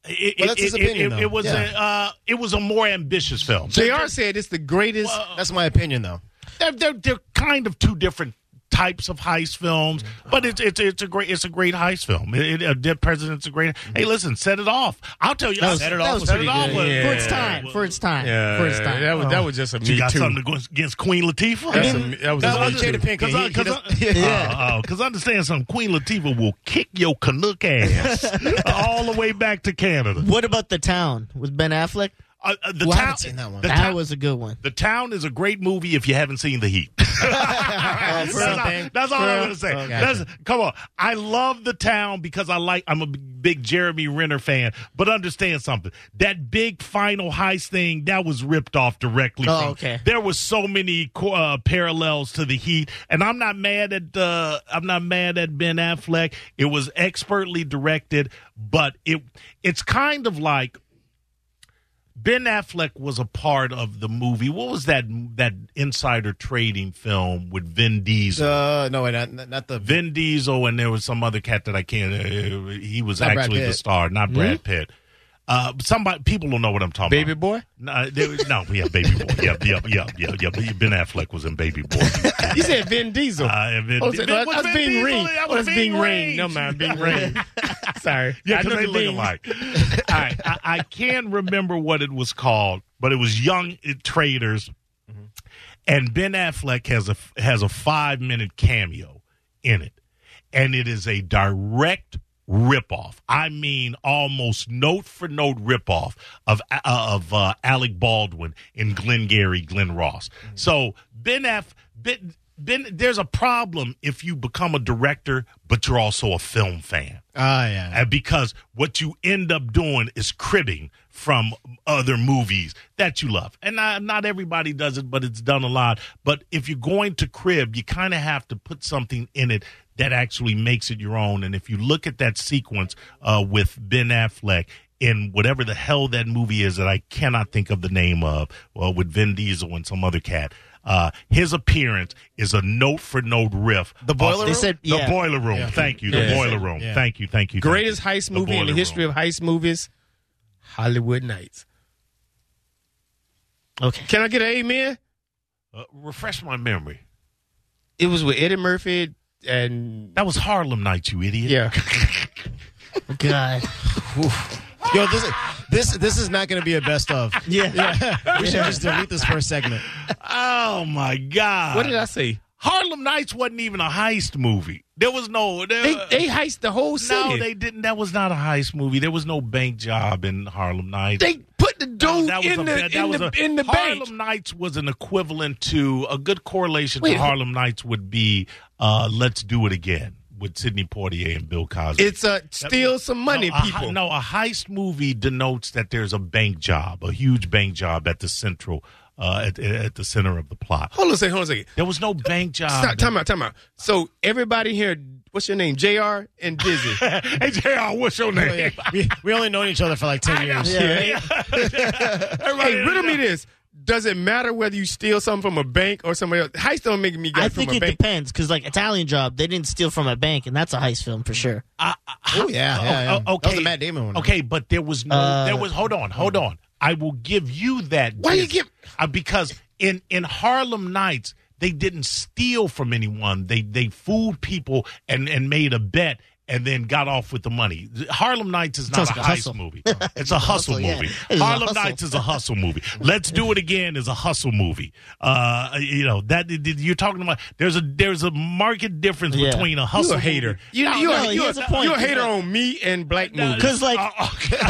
Speaker 2: It,
Speaker 1: Oh, Well, that's his opinion,
Speaker 2: it,
Speaker 1: though.
Speaker 2: it was
Speaker 1: Yeah.
Speaker 2: a uh, it was a more ambitious film.
Speaker 3: JR said it's the greatest.
Speaker 1: That's my opinion, though.
Speaker 2: they're, they're they're kind of two different types of heist films, but it's it's it's a great it's a great heist film. It, it, uh, Dead President's a great. Hey, listen, set it off. I'll tell you,
Speaker 4: was-
Speaker 2: set
Speaker 4: that was
Speaker 2: set
Speaker 4: pretty
Speaker 2: it off.
Speaker 4: good.
Speaker 2: was-
Speaker 3: Yeah.
Speaker 4: For its time. For its time.
Speaker 3: Yeah,
Speaker 4: for its time.
Speaker 3: that was that
Speaker 4: Oh.
Speaker 3: was just a
Speaker 2: You
Speaker 3: me
Speaker 2: got
Speaker 3: too.
Speaker 2: something to go against Queen Latifah?
Speaker 3: That's a- that was
Speaker 1: That
Speaker 3: a
Speaker 1: was
Speaker 3: me
Speaker 1: Jada
Speaker 3: too.
Speaker 1: Pinkett.
Speaker 2: Because
Speaker 1: He- he does-
Speaker 2: because uh, understand something, Queen Latifah will kick your Canuck ass all the way back to Canada.
Speaker 4: What about the town with Ben Affleck?
Speaker 2: Uh, uh, the
Speaker 1: Well, I
Speaker 2: town,
Speaker 1: haven't seen that one.
Speaker 2: The,
Speaker 4: that
Speaker 2: town-
Speaker 4: was a good one.
Speaker 2: The Town is a great movie if you haven't seen The Heat. that's,
Speaker 1: for
Speaker 2: all,
Speaker 1: real, Bang?
Speaker 2: that's all
Speaker 1: For
Speaker 2: I'm
Speaker 1: real?
Speaker 2: going to say.
Speaker 1: Okay.
Speaker 2: That's- come on. I love The Town because I like, I'm a b- big Jeremy Renner fan, but understand something. That big final heist thing, that was ripped off directly.
Speaker 4: Oh,
Speaker 2: from-
Speaker 4: okay.
Speaker 2: There was so many co- uh, parallels to The Heat, and I'm not mad at, uh, I'm not mad at Ben Affleck. It was expertly directed, but it, it's kind of like, Ben Affleck was a part of the movie. What was that that insider trading film with Vin Diesel?
Speaker 1: Uh, no, wait, not, not the.
Speaker 2: Vin Diesel and there was some other cat that I can't. Uh, he was
Speaker 1: Not Brad
Speaker 2: actually the
Speaker 1: Pitt.
Speaker 2: star, not Brad Pitt. Uh, somebody people don't know what I'm talking
Speaker 3: Hmm? Baby
Speaker 2: about.
Speaker 3: boy.
Speaker 2: No, there was- no, yeah, baby boy. Yeah, yeah, yeah, yeah, yeah. Ben Affleck was in Baby Boy.
Speaker 3: You said Vin Diesel.
Speaker 2: Uh, and Vin,
Speaker 3: oh, so
Speaker 2: Vin-
Speaker 3: that-
Speaker 2: was
Speaker 3: that's
Speaker 2: Vin
Speaker 3: Vin
Speaker 2: Diesel,
Speaker 3: Ring.
Speaker 2: that
Speaker 3: Oh,
Speaker 2: was
Speaker 3: that's
Speaker 2: Vin
Speaker 3: Ving Ring.
Speaker 2: Rhames.
Speaker 3: No mind, Bing Ring. Sorry.
Speaker 2: Yeah,
Speaker 3: I know
Speaker 2: because they
Speaker 3: the
Speaker 2: look
Speaker 3: Bing.
Speaker 2: alike. All right, I, I can't remember what it was called, but it was Young uh, Traders, and Ben Affleck has a has a five minute cameo in it, and it is a direct ripoff. I mean, almost note for note ripoff of uh, Mm-hmm. of uh, Alec Baldwin in Glengarry Glen Ross. So Ben Aff Ben, ben, there's a problem if you become a director, but you're also a film fan.
Speaker 1: Ah, yeah.
Speaker 2: And Uh, because what you end up doing is cribbing from other movies that you love. And not, not everybody does it, but it's done a lot. But if you're going to crib, you kind of have to put something in it that actually makes it your own. And if you look at that sequence uh, with Ben Affleck in whatever the hell that movie is that I cannot think of the name of, well, with Vin Diesel and some other cat. Uh, his appearance is a note for note riff.
Speaker 1: The Boiler
Speaker 4: They said,
Speaker 2: The
Speaker 4: yeah.
Speaker 2: boiler room. Thank you. The
Speaker 3: Yeah.
Speaker 2: boiler room.
Speaker 1: Yeah.
Speaker 2: Thank you. Thank you.
Speaker 3: Greatest
Speaker 2: thank you.
Speaker 3: heist movie in the
Speaker 2: Boiler
Speaker 3: history
Speaker 2: Room.
Speaker 3: of heist movies, Hollywood Nights.
Speaker 4: Okay.
Speaker 3: Can I get an amen?
Speaker 2: Uh, refresh my memory.
Speaker 3: It was with Eddie Murphy and
Speaker 2: That was Harlem Nights, you idiot.
Speaker 3: yeah.
Speaker 4: God.
Speaker 1: Yo, this is this this is not going to be a best of.
Speaker 4: Yeah.
Speaker 1: We should just delete this first segment.
Speaker 2: Oh my God.
Speaker 3: What did I say?
Speaker 2: Harlem Nights wasn't even a heist movie. There was no. There,
Speaker 3: They they heist the whole
Speaker 2: no,
Speaker 3: city.
Speaker 2: they didn't. That was not a heist movie. There was no bank job in Harlem Nights.
Speaker 3: they put the dude
Speaker 2: that was
Speaker 3: in
Speaker 2: a,
Speaker 3: the
Speaker 2: bad- that
Speaker 3: in
Speaker 2: was
Speaker 3: the
Speaker 2: a,
Speaker 3: in the
Speaker 2: Harlem
Speaker 3: bank.
Speaker 2: Nights was an equivalent to a good correlation
Speaker 3: Wait.
Speaker 2: to Harlem Nights would be uh, Let's Do It Again with Sidney Poitier and Bill Cosby.
Speaker 3: It's a steal some money,
Speaker 2: no, a he-
Speaker 3: people.
Speaker 2: no, a heist movie denotes that there's a bank job, a huge bank job at the central, uh, at, at the center of the plot.
Speaker 3: Hold on a second. Hold on a second.
Speaker 2: There was no bank job.
Speaker 3: Stop, time out, time out. So everybody here, what's your name? Jr. and Dizzy.
Speaker 2: hey, JR, what's your
Speaker 1: Oh, yeah.
Speaker 2: name?
Speaker 1: We, we only known each other for like 10 years.
Speaker 3: hey, riddle me this. Does it matter whether you steal something from a bank or somebody else? Heist don't make me get
Speaker 4: I
Speaker 3: it from
Speaker 4: think
Speaker 3: a
Speaker 4: it
Speaker 3: bank.
Speaker 4: depends because, like, Italian Job, they didn't steal from a bank, and that's a heist film for sure.
Speaker 1: Oh, yeah. yeah, yeah.
Speaker 2: Oh,
Speaker 1: That was the Matt Damon one.
Speaker 2: Okay, but there was no.
Speaker 4: Uh,
Speaker 2: there was. Hold on. Hold on. I will give you that.
Speaker 3: Why you
Speaker 2: dis-
Speaker 3: give-
Speaker 2: Uh, because in in Harlem Nights they didn't steal from anyone. They they fooled people and and made a bet. And then got off with the money. Harlem Nights is not
Speaker 4: Sounds
Speaker 2: a
Speaker 4: like
Speaker 2: heist
Speaker 4: a hustle.
Speaker 2: movie. It's a hustle,
Speaker 4: Hustle, yeah.
Speaker 2: movie.
Speaker 4: It's a
Speaker 2: Harlem
Speaker 4: hustle.
Speaker 2: Nights is a hustle movie. Let's Do It Again is a hustle movie. Uh, you know that you're talking about. There's a there's a marked difference
Speaker 4: Yeah.
Speaker 2: between a hustle
Speaker 3: You a hater.
Speaker 2: movie-
Speaker 3: You,
Speaker 2: No,
Speaker 3: you,
Speaker 2: no,
Speaker 3: a-
Speaker 4: he
Speaker 3: you,
Speaker 4: has
Speaker 3: a,
Speaker 4: a point.
Speaker 3: you a hater on me and black
Speaker 2: no,
Speaker 3: movies.
Speaker 4: Because, like,
Speaker 2: Oh, okay.
Speaker 4: they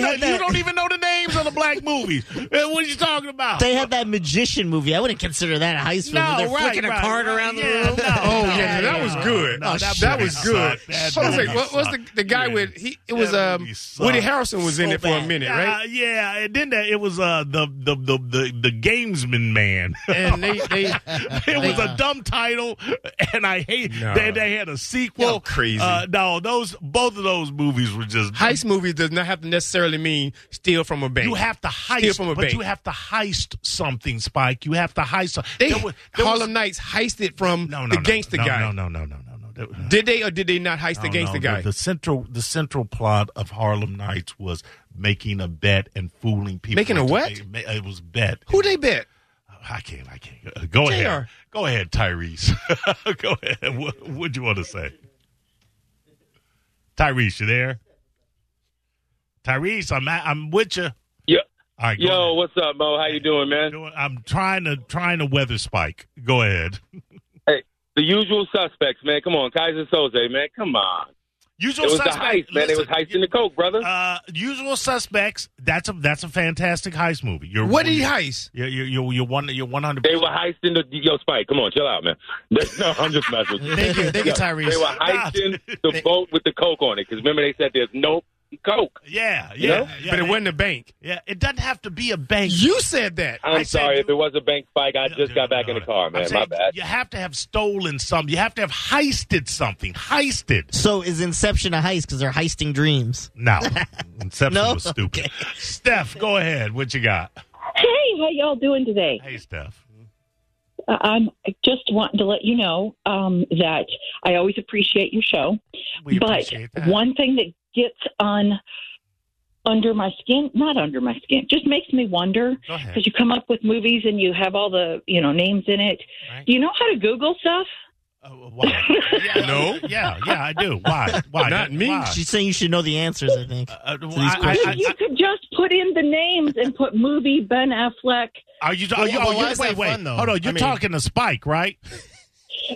Speaker 4: had
Speaker 2: you
Speaker 4: that.
Speaker 2: don't even know the names of the black movies. Man, What are you talking about?
Speaker 4: They had that magician movie. I wouldn't consider that a heist film.
Speaker 2: no,
Speaker 4: They're
Speaker 2: right,
Speaker 4: flicking
Speaker 2: right,
Speaker 4: a card
Speaker 2: right,
Speaker 4: around the
Speaker 2: yeah,
Speaker 4: room.
Speaker 2: no,
Speaker 3: Oh
Speaker 2: no,
Speaker 3: yeah, that
Speaker 2: no,
Speaker 3: was
Speaker 2: no,
Speaker 3: good.
Speaker 2: no,
Speaker 3: that,
Speaker 2: movie
Speaker 3: was good.
Speaker 2: sucked. That
Speaker 3: Hold on a
Speaker 2: movie
Speaker 3: second. What was the,
Speaker 2: sucked.
Speaker 3: the guy
Speaker 2: Yeah.
Speaker 3: with? He, it was
Speaker 2: That
Speaker 3: um,
Speaker 2: movie sucked.
Speaker 3: Woody Harrelson was in
Speaker 4: So
Speaker 3: it for a
Speaker 4: bad.
Speaker 3: minute, right?
Speaker 2: Uh, yeah, and then that, it was uh, the, the the the the gamesman man.
Speaker 3: And they, they
Speaker 2: it was a dumb title, and I hate
Speaker 3: No.
Speaker 2: that they had a sequel.
Speaker 3: Y'all crazy.
Speaker 2: Uh, no, those both of those movies were just
Speaker 3: heist movies does not have to necessarily mean steal from a bank.
Speaker 2: You have to heist,
Speaker 3: Steal from a
Speaker 2: but
Speaker 3: bank.
Speaker 2: you have to heist something, Spike. You have to heist. Some,
Speaker 3: They,
Speaker 2: there was- there was-
Speaker 3: Harlem Knights heisted from
Speaker 2: no, no,
Speaker 3: the
Speaker 2: no,
Speaker 3: gangster
Speaker 2: no,
Speaker 3: guy.
Speaker 2: No, no, no, no, no, no. There-
Speaker 3: Did they or did they not heist the
Speaker 2: I don't
Speaker 3: gangster
Speaker 2: know,
Speaker 3: guy?
Speaker 2: but The central the central plot of Harlem Nights was making a bet and fooling people.
Speaker 3: Making a
Speaker 2: into-
Speaker 3: what?
Speaker 2: It, it was bet.
Speaker 3: Who they bet?
Speaker 2: I can't. I can't. Uh, Go ahead.
Speaker 3: JR.
Speaker 2: Go ahead, Tyrese. Go ahead. What would you want to say? Tyrese, you there? Tyrese, I'm at, I'm with you.
Speaker 5: Yo,
Speaker 2: All right, go
Speaker 5: yo,
Speaker 2: ahead.
Speaker 5: what's up, Mo? How you doing, man?
Speaker 2: Doing- I'm trying to trying to weather Spike. Go ahead.
Speaker 5: The usual suspects, man. Come on, Kaiser Soze, man. Come on.
Speaker 2: Usual
Speaker 5: It was
Speaker 2: suspect.
Speaker 5: the heist, man. It was
Speaker 2: Listen,
Speaker 5: heisting the coke, brother.
Speaker 2: Uh, Usual Suspects. That's a that's a fantastic heist movie. You're,
Speaker 3: What did he heist?
Speaker 2: You're you're you're, you're one you're one hundred.
Speaker 5: They were heisting the yo Spike. Come on, chill out, man. No, I'm just messing. With you.
Speaker 1: Thank you, thank you,
Speaker 5: They were
Speaker 1: Tyrese.
Speaker 5: heisting the boat with the coke on it because remember they said there's no coke.
Speaker 2: Yeah, yeah,
Speaker 5: You know?
Speaker 2: yeah.
Speaker 3: but it
Speaker 2: they-
Speaker 3: wasn't a bank.
Speaker 2: Yeah, it doesn't have to be a bank.
Speaker 3: You said that.
Speaker 5: I'm
Speaker 2: I said
Speaker 5: sorry
Speaker 2: you-
Speaker 5: if it was a bank spike. I just got back in the car,
Speaker 2: I'm
Speaker 5: man. My
Speaker 2: saying
Speaker 5: bad.
Speaker 2: You have to have stolen something. You have to have heisted something. Heisted.
Speaker 4: So is Inception a heist because they're heisting dreams?
Speaker 2: No, Inception
Speaker 4: No?
Speaker 2: was stupid. Steph, go ahead. What you got?
Speaker 6: Hey, how y'all doing today?
Speaker 2: Hey, Steph.
Speaker 6: Uh, I'm just wanting to let you know um, that I always appreciate your show.
Speaker 2: We
Speaker 6: but
Speaker 2: appreciate that.
Speaker 6: one thing that gets on under my skin, not under my skin, just makes me wonder
Speaker 2: go ahead.
Speaker 6: because you come up with movies and you have all the you know names in it.
Speaker 2: Right.
Speaker 6: Do you know how to Google stuff?
Speaker 2: Uh, why? Yeah, uh,
Speaker 3: No.
Speaker 2: Yeah, yeah, I do. Why? Why?
Speaker 3: Not me.
Speaker 2: Why?
Speaker 4: She's saying you should know the answers. I think.
Speaker 2: Uh, well,
Speaker 4: these
Speaker 2: I- I-
Speaker 6: you,
Speaker 2: I-
Speaker 6: you could just put in the names and put movie Ben Affleck.
Speaker 2: Are you? Are you?
Speaker 1: Well,
Speaker 2: oh,
Speaker 1: why
Speaker 2: you
Speaker 1: is
Speaker 2: wait,
Speaker 1: that
Speaker 2: wait.
Speaker 1: fun, though?
Speaker 2: Hold on. You're
Speaker 1: I mean-
Speaker 2: talking to Spike, right?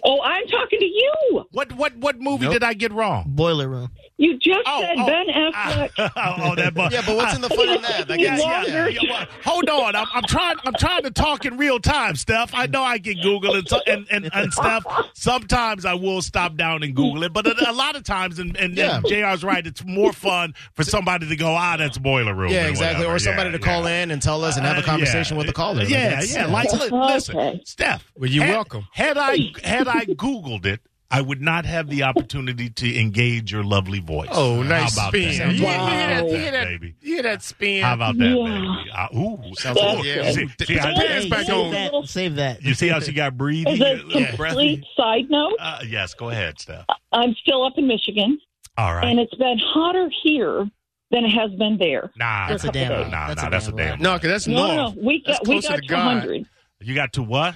Speaker 6: Oh, I'm talking to you.
Speaker 2: What what what movie did I get wrong?
Speaker 4: Boiler room.
Speaker 6: You just
Speaker 2: Oh,
Speaker 6: said
Speaker 2: oh,
Speaker 6: Ben
Speaker 2: ah,
Speaker 6: Affleck.
Speaker 2: oh, that bu-
Speaker 1: Yeah, but what's in the fun of that? Like,
Speaker 6: Yeah,
Speaker 1: it's-
Speaker 6: yeah,
Speaker 1: yeah.
Speaker 2: Yeah, well, hold on, I'm, I'm trying. I'm trying to talk in real time, Steph. I know I can Google and so- and, and, and Steph. Sometimes I will stop down and Google it, but a, a lot of times, and, and,
Speaker 1: Yeah.
Speaker 2: and Jr's right. It's more fun for somebody to go, ah, that's boiler room.
Speaker 1: Yeah, exactly. Or somebody to call
Speaker 2: in.
Speaker 1: in and tell us and have a
Speaker 2: Uh,
Speaker 1: conversation
Speaker 2: yeah.
Speaker 1: with the caller. Like,
Speaker 2: Yeah,
Speaker 1: it's-
Speaker 2: yeah. Like, li-
Speaker 6: Oh, Okay.
Speaker 2: listen, Steph.
Speaker 3: Well, you're
Speaker 2: had-
Speaker 3: welcome.
Speaker 2: Had I had I Googled it, I would not have the opportunity to engage your lovely voice.
Speaker 3: Oh, nice
Speaker 2: How about
Speaker 3: spin.
Speaker 2: That?
Speaker 3: You
Speaker 6: hear that- you
Speaker 3: hear that?
Speaker 2: baby.
Speaker 3: Yeah, that spin.
Speaker 2: How about that,
Speaker 6: Yeah.
Speaker 2: baby? Uh, ooh,
Speaker 1: Sounds
Speaker 2: Ooh,
Speaker 1: like- yeah.
Speaker 2: you see-
Speaker 3: Ooh,
Speaker 2: see how-
Speaker 3: put your pants back
Speaker 4: save
Speaker 3: on.
Speaker 4: That. Save that.
Speaker 2: you see how she got breathing?
Speaker 6: As a
Speaker 2: Yeah.
Speaker 6: complete side note,
Speaker 2: Uh, yes, go ahead, Steph.
Speaker 6: I'm still up in Michigan,
Speaker 2: All right.
Speaker 6: and it's been hotter here than it has been there.
Speaker 2: Nah,
Speaker 4: That's a damn
Speaker 2: nah,
Speaker 4: lie.
Speaker 2: nah,
Speaker 4: That's
Speaker 2: nah,
Speaker 4: a
Speaker 2: that's a
Speaker 4: damn
Speaker 2: damn.
Speaker 3: No,
Speaker 2: lie.
Speaker 3: because that's
Speaker 6: No, no,
Speaker 3: north.
Speaker 6: no, we
Speaker 3: That's
Speaker 6: got we
Speaker 3: closer
Speaker 6: got
Speaker 3: to
Speaker 6: two
Speaker 3: God.
Speaker 6: hundred.
Speaker 2: You got to what?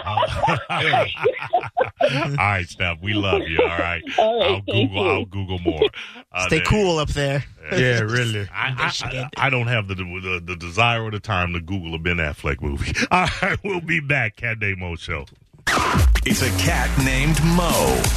Speaker 6: Yeah.
Speaker 2: all right, Steph. We love you. All right.
Speaker 6: All right,
Speaker 2: I'll
Speaker 6: thank
Speaker 2: Google.
Speaker 6: you.
Speaker 2: I'll Google more. Uh,
Speaker 4: Stay
Speaker 2: there-
Speaker 4: cool up there.
Speaker 3: Yeah, really.
Speaker 2: I, I, I, I don't have the, the the desire or the time to Google a Ben Affleck movie. All right, we'll be back. Cat Day Mo Show.
Speaker 7: It's a cat named Mo.